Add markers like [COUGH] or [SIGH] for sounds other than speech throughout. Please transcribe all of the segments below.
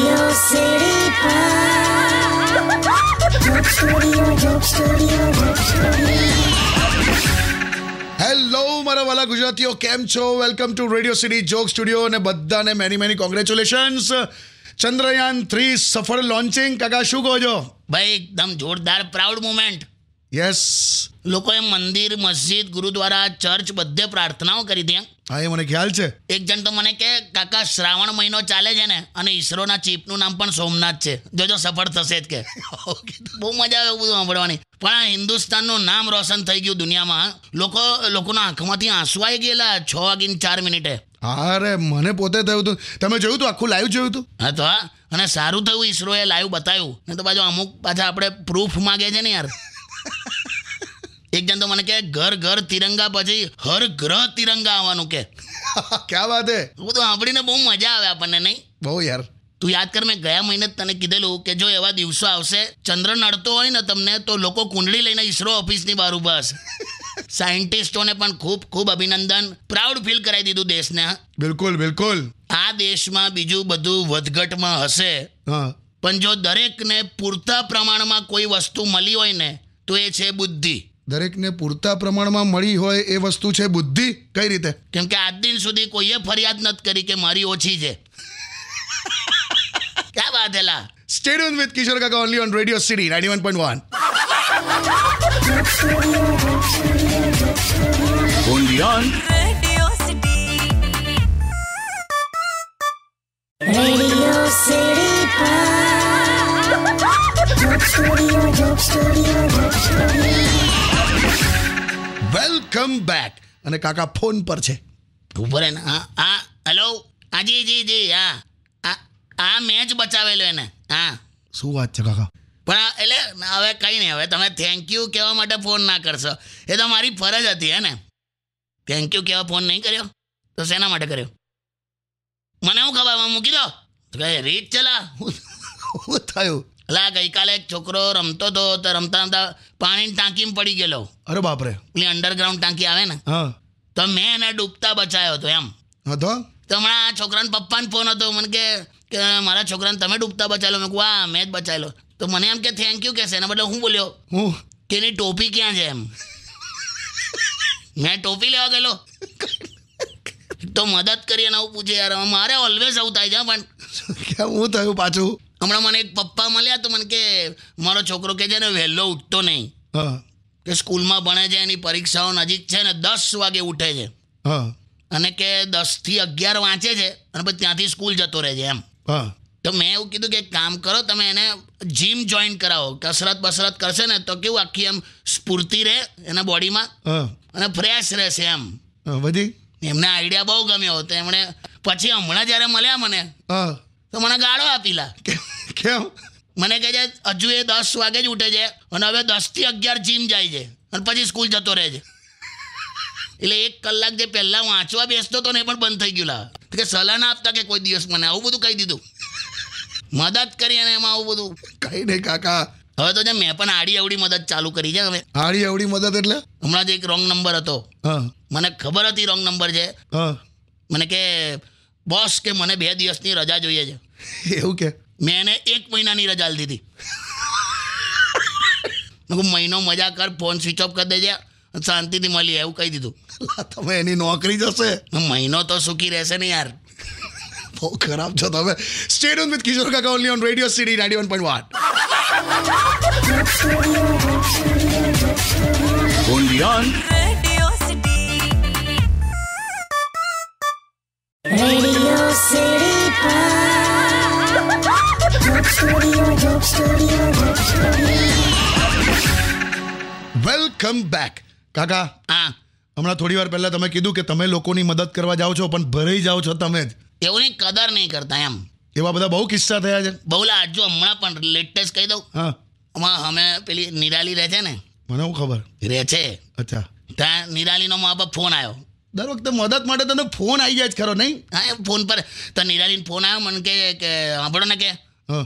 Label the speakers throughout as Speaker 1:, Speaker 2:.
Speaker 1: city pop. Dope studio, dope studio, dope studio.
Speaker 2: Hello મારા વાલા ગુજરાતીઓ કેમ છો welcome to radio city joke studio અને બધાને many many congratulations Chandrayaan three સફળ લોન્ચિંગ કાકા શું કહો છો
Speaker 3: ભાઈ એકદમ જોરદાર પ્રાઉડ મુમેન્ટ
Speaker 2: યસ
Speaker 3: લોકોએ મંદિર મસ્જિદ ગુરુદ્વારા ચર્ચ બધે પ્રાર્થનાઓ કરી ત્યાં
Speaker 2: હા એ મને ખ્યાલ છે
Speaker 3: એક જણ તો મને કે કાકા શ્રાવણ મહિનો ચાલે છે ને અને ઈસરોના ચીપનું નામ પણ સોમનાથ છે જોજો સફળ થશે જ કે બહુ મજા આવે એવું બધું સાંભળવાની પણ આ હિન્દુસ્તાનનું નામ રોશન થઈ ગયું દુનિયામાં લોકો લોકોના આંખમાંથી આંસુ આવી ગયેલા છ વાગીને ચાર મિનિટે
Speaker 2: હા રે મને પોતે થયું હતું તમે જોયું હતું આખું લાઈવ જોયું હતું [LAUGHS]
Speaker 3: હા તો હા અને સારું થયું ઈસરોએ લાઈવ બતાવ્યું નહીં તો પાછું અમુક પાછા આપણે પ્રૂફ માગે છે ને યાર એક જણ તો મને કહે ઘર ઘર તિરંગા પછી હર ગ્રહ તિરંગા આવવાનું કે
Speaker 2: ક્યાં વાત હે
Speaker 3: હું તો સાંભળીને બહુ મજા આવે આપણને નહીં
Speaker 2: બહુ યાર
Speaker 3: તું યાદ કર મેં ગયા મહિને જ તને કીધેલું કે જો એવા દિવસો આવશે ચંદ્ર નડતો હોય ને તમને તો લોકો કુંડળી લઈને ઈસરો ઓફિસની બહાર ઊભા હશે સાયન્ટિસ્ટોને પણ ખૂબ ખૂબ અભિનંદન પ્રાઉડ ફીલ કરાવી દીધું દેશને હા.
Speaker 2: બિલકુલ બિલકુલ
Speaker 3: આ દેશમાં બીજું બધું વધઘટમાં હશે
Speaker 2: હા
Speaker 3: પણ જો દરેકને પૂરતા પ્રમાણમાં કોઈ વસ્તુ મળી હોય ને તો એ છે બુદ્ધિ
Speaker 2: દરેકને પૂરતા પ્રમાણમાં મળી હોય એ વસ્તુ છે બુદ્ધિ કઈ રીતે
Speaker 3: કેમ કે આજ દિન સુધી કોઈએ ફરિયાદ નથી કરી કે મારી ઓછી છે ક્યાં વાત હેલા
Speaker 2: સ્ટેડિયમ વિથ કિશોર કાકા only on radio city ninety one point one
Speaker 1: Radio City Pop. Dope studio, dope studio, dope studio.
Speaker 2: Welcome back અને કાકા ફોન પર છે
Speaker 3: ઉપર એને હા હા હેલો હા જી જી જી હા આ આ મેં જ બચાવેલો એને હા
Speaker 2: શું વાત છે કાકા
Speaker 3: પણ આ- એટલે હવે કંઈ નહીં હવે તમે થેન્ક યુ કહેવા માટે ફોન ના કરશો એ તો મારી ફરજ હતી હે ને થેન્ક યુ કહેવા ફોન નહીં કર્યો તો શેના માટે કર્યો મને હું ખબર આમાં મૂકી દો તો કહે રીત ચલા
Speaker 2: [LAUGHS] શું થયું
Speaker 3: એટલે આ ગઈકાલે એક છોકરો રમતો હતો તો રમતા રમતા પાણીની ટાંકીમાં પડી ગયેલો
Speaker 2: અરે બાપરે
Speaker 3: પેલી અંડરગ્રાઉન્ડ ટાંકી આવે ને
Speaker 2: હા
Speaker 3: તો મેં એને ડૂબતા બચાવ્યો હતો એમ
Speaker 2: હા તો
Speaker 3: તો હમણાં આ છોકરાના પપ્પાને ફોન હતો મને કે કે મારા છોકરાને તમે ડૂબતા બચાવેલો મેં કહું હા મેં જ બચાવેલો તો મને એમ કે થેન્ક યુ કહેશે એના બદલે હું બોલ્યો
Speaker 2: હું
Speaker 3: કે એની ટોપી ક્યાં છે એમ મેં ટોપી લેવા ગયેલો તો મદદ કરી અને આવું પૂછે યાર મારે ઓલવેઝ આવું થાય છે હા, પણ
Speaker 2: કેમ હું થયું પાછું
Speaker 3: હમણાં મને એક પપ્પા મળ્યા તો મને કે મારો છોકરો કે છે ને વહેલો ઉઠતો નહીં
Speaker 2: હા
Speaker 3: કે સ્કૂલમાં ભણે છે એની પરીક્ષાઓ નજીક છે ને દસ વાગે ઉઠે છે
Speaker 2: હા
Speaker 3: અને કે દસથી અગિયાર વાંચે છે અને પછી ત્યાંથી સ્કૂલ જતો રહે છે એમ
Speaker 2: હા
Speaker 3: તો મેં એવું કીધું કે એક કામ કરો તમે એને જીમ જોઈન કરાવો કસરત બસરત કરશે ને તો કેવું આખી એમ સ્ફૂર્તિ રહે એના બોડીમાં
Speaker 2: હા
Speaker 3: અને ફ્રેશ રહેશે એમ
Speaker 2: હા, વધી
Speaker 3: એમને આઈડિયા બહુ ગમ્યો તો એમણે પછી હમણાં જ્યારે મળ્યા મને
Speaker 2: હા
Speaker 3: તો મને ગાળો આપીલા
Speaker 2: કેમ- કેમ
Speaker 3: મને કહે છે હજુ એ દસ વાગે જ ઉઠે છે અને હવે દસથી અગિયાર જીમ જાય છે અને પછી સ્કૂલ જતો રહે છે એટલે એક કલાક જે પહેલાં વાંચવા બેસતો હતો ને એ પણ બંધ થઈ ગયું લા તો કે સલાહ ના આપતા કે કોઈ દિવસ મને આવું બધું કહી દીધું મદદ કરી અને એમાં આવું બધું
Speaker 2: કઈ નહીં કાકા
Speaker 3: હવે તો જે મેં પણ આડી અવડી મદદ ચાલુ કરી છે હવે
Speaker 2: આડી અવડી મદદ એટલે
Speaker 3: હમણાં જ એક રોંગ નંબર હતો
Speaker 2: હા
Speaker 3: મને ખબર હતી રોંગ નંબર છે
Speaker 2: હા
Speaker 3: મને કે બોસ કે મને બે દિવસની રજા જોઈએ છે
Speaker 2: એવું કે
Speaker 3: મેં એને એક મહિનાની રજા આલી દીધી મેં કીધું, મહિનો મજા કર ફોન સ્વિચ ઓફ કરી દેજે અને શાંતિથી મળી એવું કહી દીધું
Speaker 2: અલા, તમે એની નોકરી જશે
Speaker 3: મેં મહિનો તો સુખી રહેશે ને યાર
Speaker 2: બહુ ખરાબ છો તમે સ્ટેડિયમ વિથ કિશોર કાકા only on radio city ninety one point one
Speaker 1: Radio City Pop. Dope studio, dope studio, dope studio.
Speaker 2: Welcome back કાકા
Speaker 3: હા
Speaker 2: હમણાં થોડી વાર પહેલાં તમે કીધું કે તમે લોકોની મદદ કરવા જાઓ છો પણ ભરાઈ જાઓ છો તમે જ
Speaker 3: એવોની કદર નહીં કરતા એમ
Speaker 2: એવા બધા બહુ કિસ્સા થયા છે
Speaker 3: બહુ લાજો હમણાં પણ લેટેસ્ટ કહી દઉં
Speaker 2: હા
Speaker 3: હમણાં અમે પેલી નિરાલી રહે છે ને
Speaker 2: મને હું ખબર
Speaker 3: રહે છે
Speaker 2: અચ્છા
Speaker 3: ત્યાં નિરાલીનો મા બાપ ફોન આવ્યો
Speaker 2: દર વખતે મદદ માટે તને ફોન આવી જાય જ ખરો નહીં
Speaker 3: હા એ ફોન પર તો નિરાલીને ફોન આવ્યો મને કે કે સાંભળો ને કે
Speaker 2: હા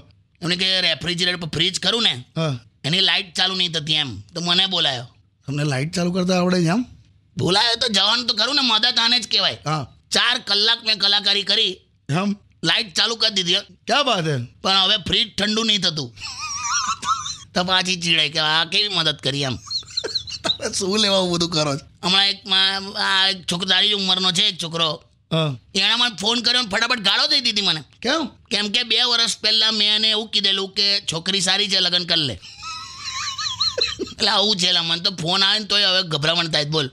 Speaker 3: એમને કે રેફ્રિજરેટર પર ફ્રીજ ખરું ને
Speaker 2: હા
Speaker 3: એની લાઇટ ચાલુ નહીં થતી એમ તો મને બોલાયો
Speaker 2: તમને લાઇટ ચાલુ કરતા આવડે છે આમ
Speaker 3: બોલાયો તો જવાનું તો ખરું ને મદદ આને જ કહેવાય
Speaker 2: હા
Speaker 3: ચાર કલાક મેં કલાકારી કરી
Speaker 2: આમ
Speaker 3: લાઇટ ચાલુ કરી દીધી હે.
Speaker 2: ક્યાં વાત હે
Speaker 3: પણ હવે ફ્રીજ ઠંડુ નહીં થતું તો પાછી ચીડાય કે આ કેવી મદદ કરી એમ
Speaker 2: શું લેવા આવું બધું કરો છો?
Speaker 3: હમણાં એક મા- આ એક છોકરો તારી જ ઉંમરનો છે એક છોકરો
Speaker 2: હા
Speaker 3: એણે મને ફોન કર્યો ને ફટાફટ ગાળો દઈ દીધી મને
Speaker 2: કેમ
Speaker 3: કેમ કે બે વર્ષ પહેલાં મેં એને એવું કીધેલું કે છોકરી સારી છે લગ્ન કરી લે એટલે આવું છે એટલે મને તો ફોન આવે ને તોય હવે ગભરામણ થાય જ બોલ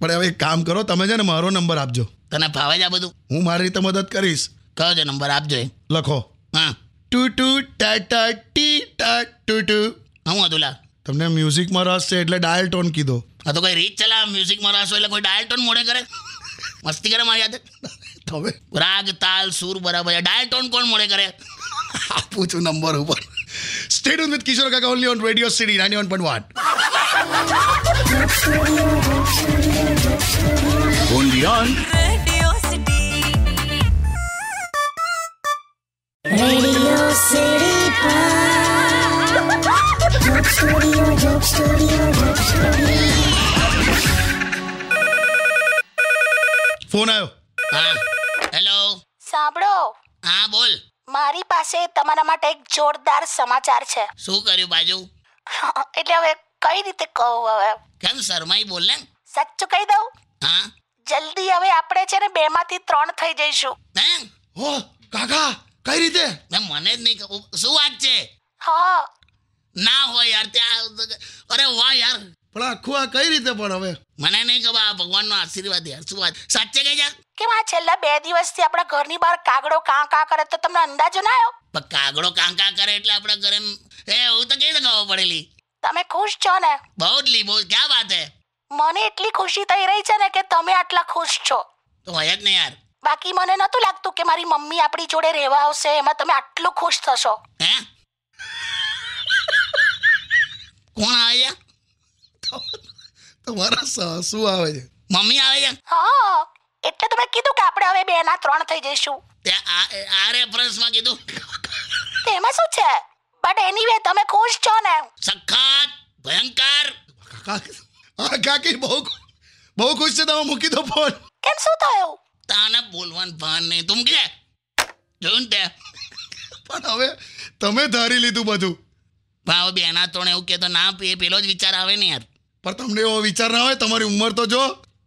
Speaker 2: પણ હવે એક કામ કરો તમે છે ને મારો નંબર આપજો
Speaker 3: તને ફાવે છે આ બધું
Speaker 2: હું મારી રીતે મદદ કરીશ
Speaker 3: કયો છે નંબર આપજો એ
Speaker 2: લખો
Speaker 3: હા
Speaker 2: ટુ ટુ ટા ટા ટી ટા ટુ ટુ
Speaker 3: હું હતું લા
Speaker 2: તમને મ્યુઝિકમાં રસ છે એટલે ડાયલ ટોન કીધો
Speaker 3: આ તો કોઈ રીત ચલા મ્યુઝિકમાં રસ હોય એટલે કોઈ ડાયલ ટોન મોડે કરે મસ્તી કરે મારી યાદ
Speaker 2: તમે
Speaker 3: રાગ તાલ સૂર બરાબર છે ડાયલ ટોન કોણ મોડે કરે
Speaker 2: આપું છું નંબર ઉપર સ્ટેડ વિથ કિશોર કાકા only on radio city ninety one point one
Speaker 4: only on
Speaker 5: Radio City.
Speaker 1: Radio City Pod. Joke Studio, Joke Studio, Joke Studio.
Speaker 2: Phone આવ્યો
Speaker 3: હા હેલો
Speaker 6: સાંભળો
Speaker 3: હા બોલ
Speaker 6: મારી પાસે તમારા માટે એક જોરદાર સમાચાર છે
Speaker 3: શું કર્યું બાજુ
Speaker 6: એટલે હવે કઈ રીતે કહું હવે
Speaker 3: કેમ શરમાઈ બોલ ને
Speaker 6: સાચું કહી દઉં
Speaker 3: હા
Speaker 6: જલ્દી હવે આપણે છે ને બેમાંથી ત્રણ થઈ જઈશું
Speaker 3: હે
Speaker 2: હો કાકા કઈ રીતે
Speaker 3: મેં મને જ નહીં ખબર. શું વાત છે
Speaker 6: હા
Speaker 3: ના હોય યાર ત્યાં અરે વાહ યાર
Speaker 2: પણ આખું આ કઈ રીતે પણ હવે
Speaker 3: મને નહીં ખબર આ ભગવાનનો આશીર્વાદ યાર શું વાત સાચે કહી જા
Speaker 6: કેમ આ છેલ્લા બે દિવસથી આપણા ઘરની બહાર કાગડો કાં કાં કરે તો તમને અંદાજો ના આવ્યો
Speaker 3: પણ કાગડો કાંકા કરે એટલે આપણે ઘરે એમ- એ હું તો કેવી રીતે ખબર પડેલી
Speaker 6: તમે ખુશ છો ને
Speaker 3: બહુ જ લી બહુ ક્યાં વાત હે
Speaker 6: મને એટલી ખુશી થઈ રહી છે ને કે તમે આટલા ખુશ છો
Speaker 3: તો હોય જ ને યાર
Speaker 6: બાકી મને નહોતું લાગતું કે મારી મમ્મી આપણી જોડે રહેવા આવશે એમાં તમે આટલું ખુશ થશો
Speaker 3: હે કોણ આવે છે
Speaker 2: તમારા સ- શું આવે છે
Speaker 3: મમ્મી આવે છે
Speaker 6: હા એટલે તમે કીધું કે આપણે હવે બેના ત્રણ થઈ જઈશું
Speaker 3: તે આ આ રેફરન્સમાં કીધું
Speaker 6: તેમાં શું છે બટ એનીવે તમે ખુશ છો ને
Speaker 3: સખાત ભયંકર
Speaker 2: કાકા હા કાકી બહુ ખુ- બહુ ખુશ છે તમે મૂકી દો ફોન
Speaker 6: કેમ શું થયું
Speaker 3: તાને બોલવાનું ભાન નહીં તું કે જોયું ને તે
Speaker 2: પણ હવે તમે ધારી લીધું બધું
Speaker 3: પણ હવે બેના ત્રણ એવું કહેતો ના પે પેલો જ વિચાર આવે ને યાર
Speaker 2: પણ તમને એવો વિચાર ના હોય તમારી ઉંમર તો જો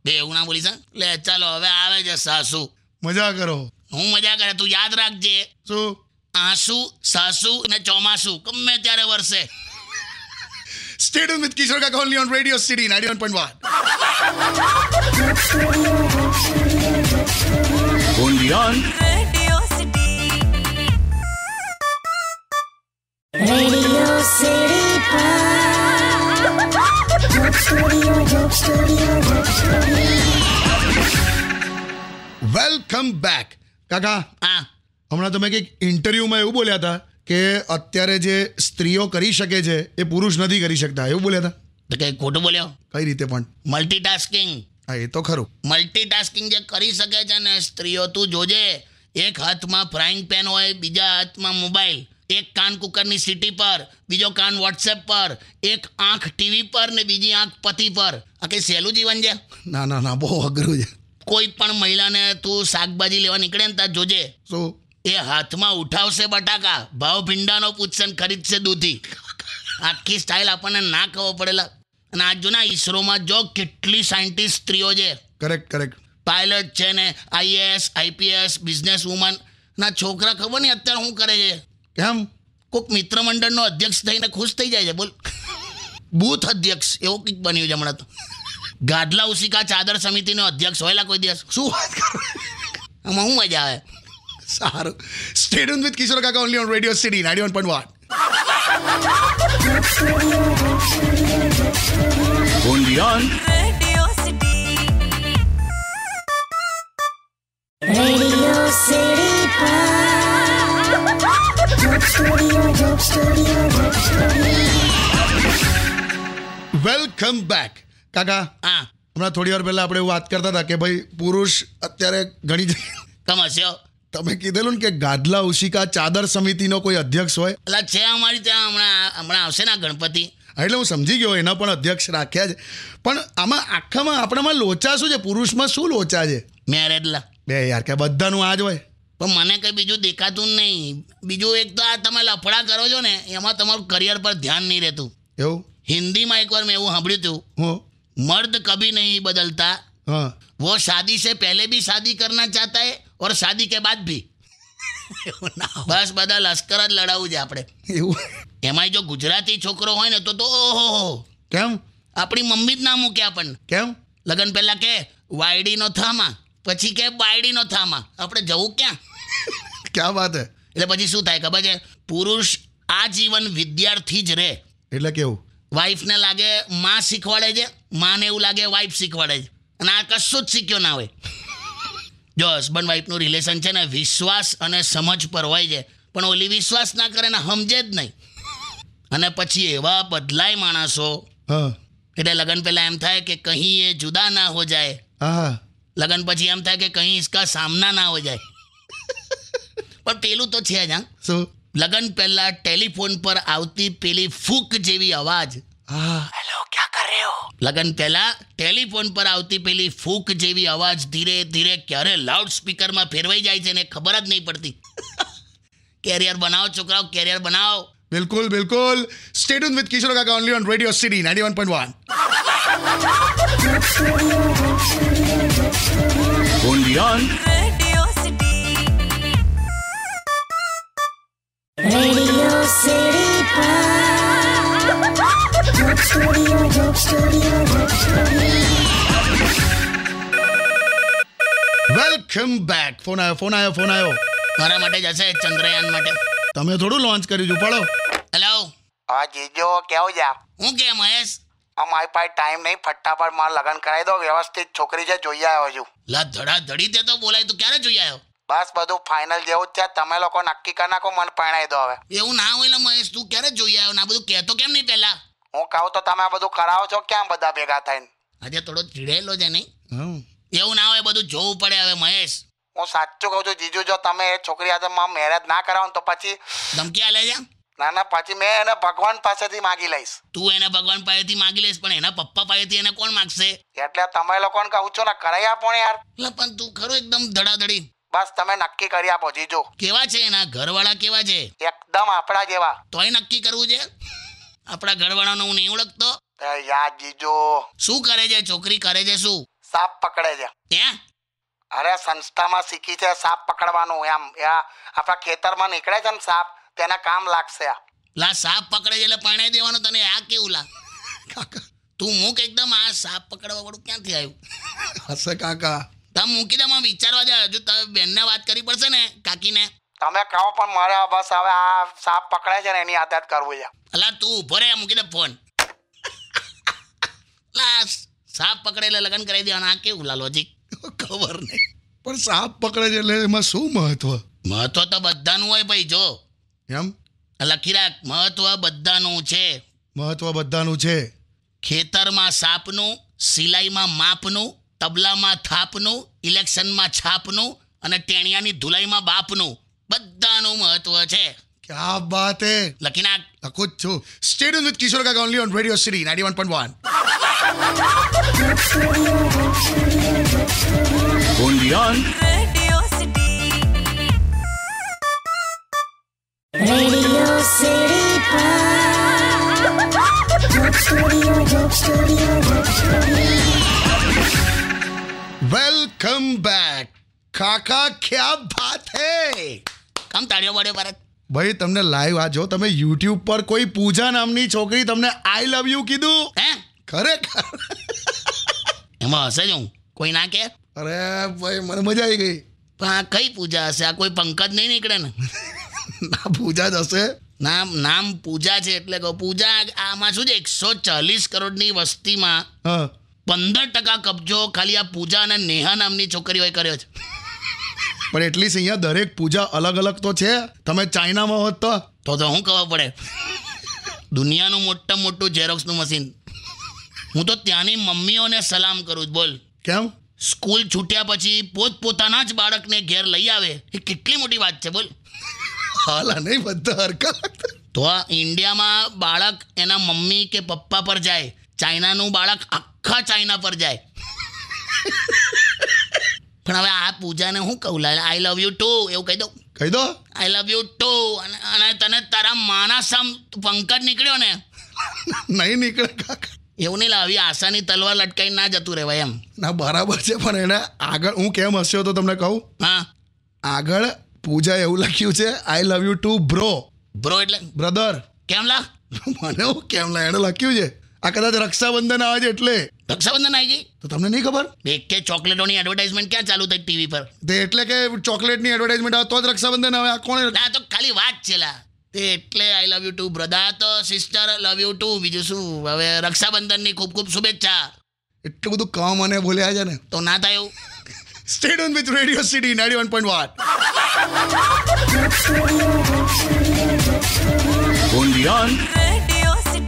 Speaker 3: બે એવું ના બોલી શક લે ચાલો હવે આવે છે સાસુ
Speaker 2: મજા કરો
Speaker 3: હું મજા કરે તું યાદ રાખજે
Speaker 2: શું
Speaker 3: આંસુ સાસુ અને ચોમાસુ ગમે ત્યારે વરસે
Speaker 2: સ્ટેડ વિથ કિશોર કાકા only on radio city ninety one point one
Speaker 4: only on
Speaker 5: Radio City.
Speaker 1: Radio City Pod. Joke Studio, Joke Studio, Joke Studio.
Speaker 2: Welcome back કાકા
Speaker 3: હા
Speaker 2: હમણાં તમે કંઈક ઇન્ટરવ્યૂમાં એવું બોલ્યા હતા કે અત્યારે જે સ્ત્રીઓ કરી શકે છે એ પુરુષ નથી કરી શકતા એવું બોલ્યા હતા
Speaker 3: તો કંઈ ખોટું બોલ્યો
Speaker 2: કઈ રીતે પણ
Speaker 3: મલ્ટીટાસ્કિંગ
Speaker 2: હા એ તો ખરું
Speaker 3: મલ્ટીટાસ્કિંગ જે કરી શકે છે ને સ્ત્રીઓ તું જોજે એક હાથમાં ફ્રાઈંગ પેન હોય બીજા હાથમાં મોબાઈલ એક કાન કુકરની સીટી પર બીજો કાન વોટ્સએપ પર એક આંખ ટીવી પર ને બીજી આંખ પતિ પર આ કંઈ સહેલું જીવન છે
Speaker 2: ના ના ના બહુ અઘરું છે
Speaker 3: કોઈ પણ મહિલાને તું શાકભાજી લેવા નીકળે ને ત્યાં જોજે
Speaker 2: શું
Speaker 3: એ હાથમાં ઉઠાવશે બટાકા ભાવ ભીંડાનો પૂછશે ને ખરીદશે દૂધી આખી સ્ટાઇલ આપણને ના ખબર પડેલા અને આજ જો ના ઈસરોમાં જો કેટલી સાયન્ટિસ્ટ સ્ત્રીઓ છે
Speaker 2: કરેક્ટ કરેક્ટ
Speaker 3: પાયલટ છે ને આઈએએસ આઈપીએસ બિઝનેસ વુમન ના છોકરા ખબર નહીં અત્યારે શું કરે છે
Speaker 2: કેમ
Speaker 3: કોઈક મિત્ર મંડળનો અધ્યક્ષ થઈને ખુશ થઈ જાય છે બોલ બૂથ અધ્યક્ષ એવું કંઈક બન્યું છે હમણાં તો ગાઢલા ઉસિકા ચાદર સમિતિનો અધ્યક્ષ હોયલા કોઈ દિવસ
Speaker 2: શું વાત કરો
Speaker 3: આમાં શું મજા આવે
Speaker 2: સારું સ્ટેડ વિથ કિશોર કાકા only on radio city ninety one point one
Speaker 4: only on
Speaker 5: Radio City.
Speaker 1: Radio City Pod. Joke Studio, Joke Studio, Joke Studio.
Speaker 2: Welcome back કાકા
Speaker 3: હા
Speaker 2: હમણાં થોડી વાર પહેલાં આપણે એવું વાત કરતા હતા કે ભાઈ પુરુષ અત્યારે ઘણી જગ્યાએ-
Speaker 3: તમે હસ્યો
Speaker 2: [LAUGHS] તમે કીધેલું ને કે ગાદલા ઉશિકા ચાદર સમિતિનો કોઈ અધ્યક્ષ હોય
Speaker 3: એટલે છે અમારી ત્યાં હમણાં હમણાં આવશે ને આ ગણપતિ
Speaker 2: હા, એટલે હું સમજી ગયો એના પણ અધ્યક્ષ રાખ્યા છે પણ આમાં આખામાં આપણામાં લોચા શું છે પુરુષમાં શું લોચા છે
Speaker 3: મેરેડલા
Speaker 2: બે યાર કે બધાનું આ જ હોય
Speaker 3: પણ મને કંઈ બીજું દેખાતું જ નહીં બીજું એક તો આ તમે લફડા કરો છો ને એમાં તમારું કરિયર પર ધ્યાન નહીં રહેતું
Speaker 2: એવું
Speaker 3: હિન્દીમાં એકવાર મેં એવું સાંભળ્યું હતું
Speaker 2: હું
Speaker 3: મર્દ કભી નહીં બદલતા
Speaker 2: હા
Speaker 3: वो शादी से पहले भी शादी करना चाहता है और शादी के बाद भी બસ બધા લશ્કર જ લડાવવું છે આપણે
Speaker 2: એવું
Speaker 3: એમાંય જો ગુજરાતી છોકરો હોય ને તો તો ઓહો
Speaker 2: કેમ
Speaker 3: આપણી મમ્મી જ ના મૂકે આપણને
Speaker 2: કેમ [LAUGHS]
Speaker 3: લગ્ન પહેલા કે વાયડીનો થામા પછી કે બાયડીનો થામા આપણે જવું ક્યાં
Speaker 2: ક્યાં વાત હે
Speaker 3: એટલે પછી શું થાય ખબર છે પુરુષ આજીવન વિદ્યાર્થી જ રહે
Speaker 2: એટલે કેવું
Speaker 3: વાઈફને લાગે માં શીખવાડે છે માને એવું લાગે વાઈફ શીખવાડે છે અને આ કશું જ શીખ્યો ના હોય જો હસબન્ડ વાઈફનું રિલેશન છે ને વિશ્વાસ અને સમજ પર હોય છે પણ ઓલી વિશ્વાસ ના કરે ને સમજે જ નહીં અને પછી એવા બદલાય માણસો
Speaker 2: હા
Speaker 3: એટલે લગ્ન પહેલાં એમ થાય કે કહીં એ જુદા ના હો જાય
Speaker 2: હા હા
Speaker 3: લગ્ન પછી એમ થાય કે કહીં ઇસકા સામના ના હો જાય પણ પેલું તો છે જ હા
Speaker 2: શું
Speaker 3: લગ્ન પહેલાં ટેલિફોન પર આવતી પેલી ફૂક જેવી અવાજ
Speaker 2: હા
Speaker 6: हेलो क्या कर रहे हो
Speaker 3: લગન પહેલા ટેલિફોન પર આવતી પેલી ફૂક જેવી અવાજ ધીરે ધીરે ક્યારે લાઉડ સ્પીકરમાં ફેરવાઈ જાય છે ને ખબર જ નહીં પડતી કેરિયર બનાવો છોકરાઓ કેરિયર બનાવો
Speaker 2: બિલકુલ બિલકુલ સ્ટે ટ્યુન વિથ કિશોર કાકા only on radio city 91.1
Speaker 4: only on
Speaker 5: Radio City.
Speaker 1: Radio City Pod. Joke Studio, Joke Studio, Joke Studio.
Speaker 2: Welcome back phone આવ્યો ફોન આવ્યો ફોન આવ્યો
Speaker 3: મારા માટે જશે ચંદ્રયાન માટે
Speaker 2: તમે થોડું લોન્ચ કર્યું છે પડો
Speaker 3: હેલો
Speaker 7: હા જીજો કેવું છે
Speaker 3: હું કે મહેશ
Speaker 7: આ મારી પાસે ટાઈમ નહીં ફટાફટ મારે લગ્ન કરાવી દો વ્યવસ્થિત છોકરી છે જોઈ આવ્યો છું
Speaker 3: લા ધડા ધડી તે તો બોલાય તું ક્યારે જોઈ આવ્યો
Speaker 7: બસ બધું ફાઇનલ જેવું જ છે તમે લોકો નક્કી કરી નાખો મને પરણાવી દો હવે
Speaker 3: એવું ના હોય લા મહેશ તું ક્યારે જોઈ આવ્યો ના બધું કહેતો કેમ નહીં પહેલા
Speaker 7: હું કહું તો તમે આ બધું કરાવો છો કેમ બધા ભેગા થઈને
Speaker 3: આજે થોડો ચીડેલો છે નહીં
Speaker 2: હા
Speaker 3: એવું ના હોય બધું જોવું પડે હવે મહેશ
Speaker 7: હું સાચું કહું છું જીજુ જો તમે એ છોકરી સાથે મારા મેરેજ ના કરાવો ને તો પછી
Speaker 3: ધમકી આલે છે
Speaker 7: ના ના પછી મેં એને ભગવાન પાસેથી માગી લઈશ
Speaker 3: તું એના ભગવાન પાસેથી માગી લઈશ પણ એના પપ્પા પાસેથી એને કોણ માગશે
Speaker 7: એટલે તમે લોકોને કહું છું ને કરાવી આપો ને યાર
Speaker 3: લા પણ તું ખરો એકદમ ધડાધડી
Speaker 7: બસ તમે નક્કી કરી આપો જીજુ
Speaker 3: કેવા છે એના ઘરવાળા કેવા છે
Speaker 7: એકદમ આપણા જેવા
Speaker 3: તોય નક્કી કરવું છે આપણા ઘરવાળાનો હું નહીં ઓળખતો
Speaker 7: એ યાર જીજુ
Speaker 3: શું કરે છે છોકરી કરે છે શું
Speaker 7: સાપ પકડે છે
Speaker 3: હે
Speaker 7: અરે સંસ્થામાં શીખી છે સાપ પકડવાનું એમ એ આ આપણા ખેતરમાં નીકળે છે ને સાપ તેના કામ લાગશે આ.
Speaker 3: લા સાપ પકડે છે એટલે પરણાઈ દેવાનો તને આ કેવું લા કાકા તું મૂક એકદમ આ સાપ પકડવા વાળું ક્યાંથી આવ્યું
Speaker 2: હશે કાકા
Speaker 3: તમે મૂકી દે માં વિચારવા જાય હજુ તમે બેનને વાત કરવી પડશે ને કાકીને
Speaker 7: તમે કહો પણ મારે આ બસ હવે આ સાપ પકડે છે ને એની આદત કરવું છે
Speaker 3: અલા તું ઊભો રહે મૂકી દે ફોન લા સાપ પકડે એટલે લગ્ન કરાવી દેવાના આ કેવું લા લોજિક
Speaker 2: ખબર નહીં પણ સાપ પકડે છે એટલે એમાં શું મહત્વ
Speaker 3: મહત્વ તો બધાનું હોય ભાઈ જો
Speaker 2: એમ
Speaker 3: લખી રાખ મહત્વ બધાનું છે
Speaker 2: મહત્વ બધાનું છે
Speaker 3: ખેતરમાં સાપનું સિલાઈમાં માપનું તબલામાં થાપનું ઇલેક્શનમાં છાપનું અને ટેણિયાની ધુલાઈમાં બાપનું બધાનું મહત્વ છે
Speaker 2: ક્યા બાત હે
Speaker 3: લખી નાખ
Speaker 2: લખું જ છું સ્ટે ટ્યુન વિથ કિશોર કાકા only on radio city 91.1
Speaker 4: only on
Speaker 5: Radio City.
Speaker 1: Radio City Pod. Joke Studio, Joke Studio, Joke Studio.
Speaker 2: Welcome back કાકા ક્યા બાત હે
Speaker 3: કમ તાળીઓ પડ્યો ભારત
Speaker 2: ભાઈ તમને લાઈવ આ જો તમે યુટ્યુબ પર કોઈ પૂજા નામની છોકરી તમને આઈ લવ યુ કીધું
Speaker 3: હે
Speaker 2: ખરેખર
Speaker 3: એમાં હશે જ હું કોઈ ના કે
Speaker 2: અરે ભાઈ મને મજા આવી ગઈ
Speaker 3: પણ આ કઈ પૂજા હશે આ કોઈ પંકજ નહીં નીકળે ને
Speaker 2: ના પૂજા જ હશે
Speaker 3: નામ નામ પૂજા છે એટલે કહું પૂજા આમાં શું છે એકસો ચાલીસ કરોડની વસ્તીમાં
Speaker 2: હા
Speaker 3: પંદર ટકા કબજો ખાલી આ પૂજા અને નેહા નામની છોકરીઓએ કર્યો છે
Speaker 2: પણ એટલી અહીંયા દરેક પૂજા અલગ અલગ તો છે તમે ચાઇનામાં હોત તો
Speaker 3: તો તો શું ખબર પડે દુનિયાનું મોટા મોટું ઝેરોક્સનું મશીન હું તો ત્યાંની મમ્મીઓને સલામ કરું છું બોલ
Speaker 2: કેમ
Speaker 3: સ્કૂલ છૂટ્યા પછી પોતપોતાના જ બાળકને ઘેર લઈ આવે એ કેટલી મોટી વાત છે બોલ
Speaker 2: હાલા નહીં બધા હરકત
Speaker 3: તો આ ઇન્ડિયામાં બાળક એના મમ્મી કે પપ્પા પર જાય ચાઇનાનું બાળક આખા ચાઇના પર જાય પણ હવે આ પૂજાને હું કહું લાલ આઈ લવ યુ ટુ એવું કહી દઉં
Speaker 2: કહી દો
Speaker 3: આઈ લવ યુ ટુ અને તને તારા માના સામ પંકજ નીકળ્યો ને
Speaker 2: નહીં નીકળે કાકા
Speaker 3: એવું નહીં લાવી આશાની તલવાર લટકાઈ ના જતું રહેવાય એમ
Speaker 2: ના બરાબર છે પણ એને આગળ હું કેમ હસ્યો તો તમને કહું
Speaker 3: હા
Speaker 2: આગળ પૂજા એવું લખ્યું છે I love you too bro
Speaker 3: bro એટલે
Speaker 2: બ્રધર
Speaker 3: કેમ લા
Speaker 2: મને હું કેમ લા એણે લખ્યું છે આ કદાચ રક્ષાબંધન આવે છે એટલે
Speaker 3: રક્ષાબંધન આવી ગઈ
Speaker 2: તો તમને નહીં ખબર
Speaker 3: એકે ચોકલેટોની એડવર્ટાઇઝમેન્ટ ક્યાં ચાલુ થઈ ટીવી પર
Speaker 2: તે એટલે કે ચોકલેટની એડવર્ટાઇઝમેન્ટ આવે તો જ રક્ષાબંધન આવે આ કોણે
Speaker 3: ના આ તો ખાલી વાત છે લા તે એટલે I love you too brother તો સિસ્ટર લવ યુ ટુ બીજું શું હવે રક્ષાબંધનની ખૂબ ખૂબ શુભેચ્છા
Speaker 2: એટલું બધું કામ અને બોલ્યા છે ને
Speaker 3: તો ના થાય એવું
Speaker 2: stayed on with radio city ninety one point વાટ
Speaker 4: only on
Speaker 5: Radio City.